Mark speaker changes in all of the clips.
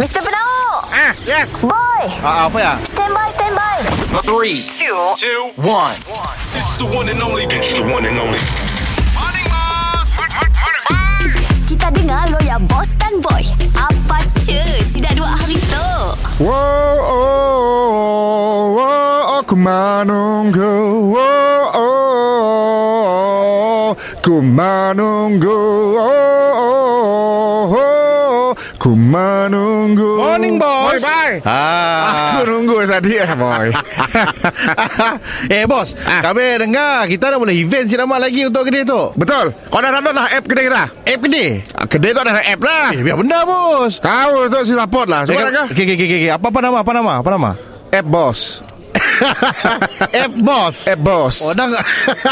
Speaker 1: Mr. Penau
Speaker 2: Ah, yes.
Speaker 1: Boy
Speaker 2: Ah, ah, apa ya?
Speaker 1: Stand by, stand by
Speaker 3: Three, two, two, one.
Speaker 4: It's the one and only. It's the one and only.
Speaker 1: Kita dengar lo ya Boss dan Boy Apa cu Si dah dua hari tu
Speaker 5: Whoa, oh, oh, oh, kumanunggu. Whoa, oh, kumanunggu. Oh, oh, kumanunggu.
Speaker 2: Morning, boss.
Speaker 5: bye.
Speaker 2: Ah.
Speaker 5: Aku nunggu tadi eh, boy.
Speaker 2: eh bos, ah. kami dengar kita dah boleh event siramat lagi untuk kedai tu.
Speaker 5: Betul. Kau dah download lah app kedai kita.
Speaker 2: App kedai.
Speaker 5: Ah, Kedai tu ada app lah.
Speaker 2: Eh, biar benda bos.
Speaker 5: Kau tu si support lah. Sebab
Speaker 2: Eh,
Speaker 5: kau.
Speaker 2: Okey, okey, okey, okey. Apa apa nama? Apa nama? Apa nama?
Speaker 5: App boss.
Speaker 2: App bos.
Speaker 5: App boss.
Speaker 2: Oh, dah.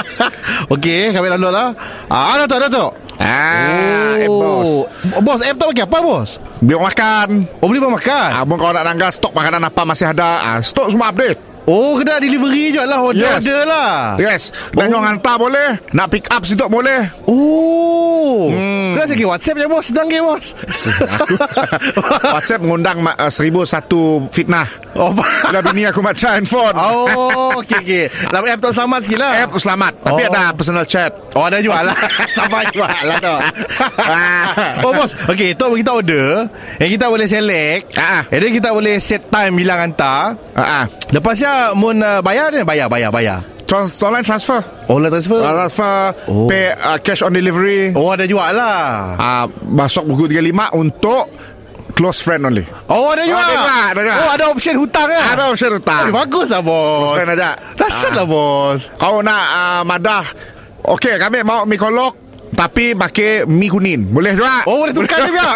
Speaker 2: okey, kami download lah. Ah, ada tu, ada tu.
Speaker 5: Ah, app boss.
Speaker 2: Bos, app tu pakai apa bos?
Speaker 5: Biar makan.
Speaker 2: Oh, beli bahan makan.
Speaker 5: Ah, Abang kau nak nangga stok makanan apa masih ada. Ah, stok semua update.
Speaker 2: Oh, kedai delivery je lah. Order-order
Speaker 5: Yes. Ya,
Speaker 2: order lah.
Speaker 5: Yes Dan oh. hantar boleh Nak pick up situ boleh
Speaker 2: Oh. Hmm. Kena sikit WhatsApp je bos. Sedang ke bos?
Speaker 5: WhatsApp mengundang ma- uh, 1001 fitnah
Speaker 2: oh,
Speaker 5: Bila bini aku macam handphone
Speaker 2: Oh, okey okey. Dalam app tu selamat sikit lah.
Speaker 5: App selamat Tapi
Speaker 2: Oh.
Speaker 5: ada personal chat
Speaker 2: Oh, ada jual lah. Sama jual lah tu.
Speaker 5: Ah.
Speaker 2: oh, bos. Okey, tu kita order. Yang kita boleh select.
Speaker 5: Ah.
Speaker 2: And then kita boleh set time bilang hantar.
Speaker 5: Ah, ah.
Speaker 2: Lepas ya, mun uh, bayar ni? Bayar, bayar, bayar.
Speaker 5: Trans- Online transfer
Speaker 2: Oh, lah transfer.
Speaker 5: uh, Transfer
Speaker 2: Oh.
Speaker 5: Pay uh, cash on delivery
Speaker 2: Oh, ada jual lah.
Speaker 5: Ah, Masuk buku 35 Untuk Close friend only
Speaker 2: Oh, ada jual.
Speaker 5: ada jual, ada jual.
Speaker 2: Oh, ada option hutang lah.
Speaker 5: Ada option
Speaker 2: Eh,
Speaker 5: hutang
Speaker 2: bagus lah, bos.
Speaker 5: Friend aja
Speaker 2: Dahsyat
Speaker 5: Ah.
Speaker 2: lah, bos.
Speaker 5: Kau nak uh, madah Okey kami mau mi kolok Tapi pakai mi kuning Boleh juga
Speaker 2: Oh, boleh tukar dia biar.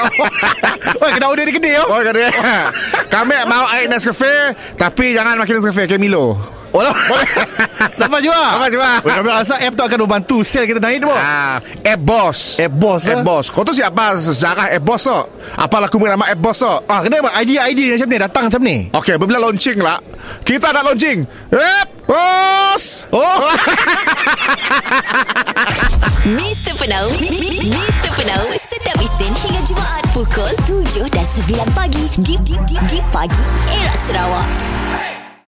Speaker 2: Oi, kena order dia gede, oh.
Speaker 5: Oh kata dia Kami mau air Nescafe Tapi jangan makin Nescafe Kayak Milo
Speaker 2: Oh, lah. Dapat jual.
Speaker 5: Dapat jual.
Speaker 2: Boleh ambil asal app tu akan membantu sale kita naik, bos.
Speaker 5: Ah, Air Boss
Speaker 2: App bos, eh?
Speaker 5: Air Boss Kau tu siapa sejarah Air Boss tu Apa laku punya nama Air Boss tu
Speaker 2: Ah, kena buat idea-idea macam ni datang macam ni.
Speaker 5: Okey, bila launching lah Kita nak launching Air Boss
Speaker 2: Oh.
Speaker 1: Mr. Penau mi- mi- mi- Mr. Penau Setiap Isnin hingga Jumaat Pukul 7 dan 9 pagi Di, di, di, di pagi Era Sarawak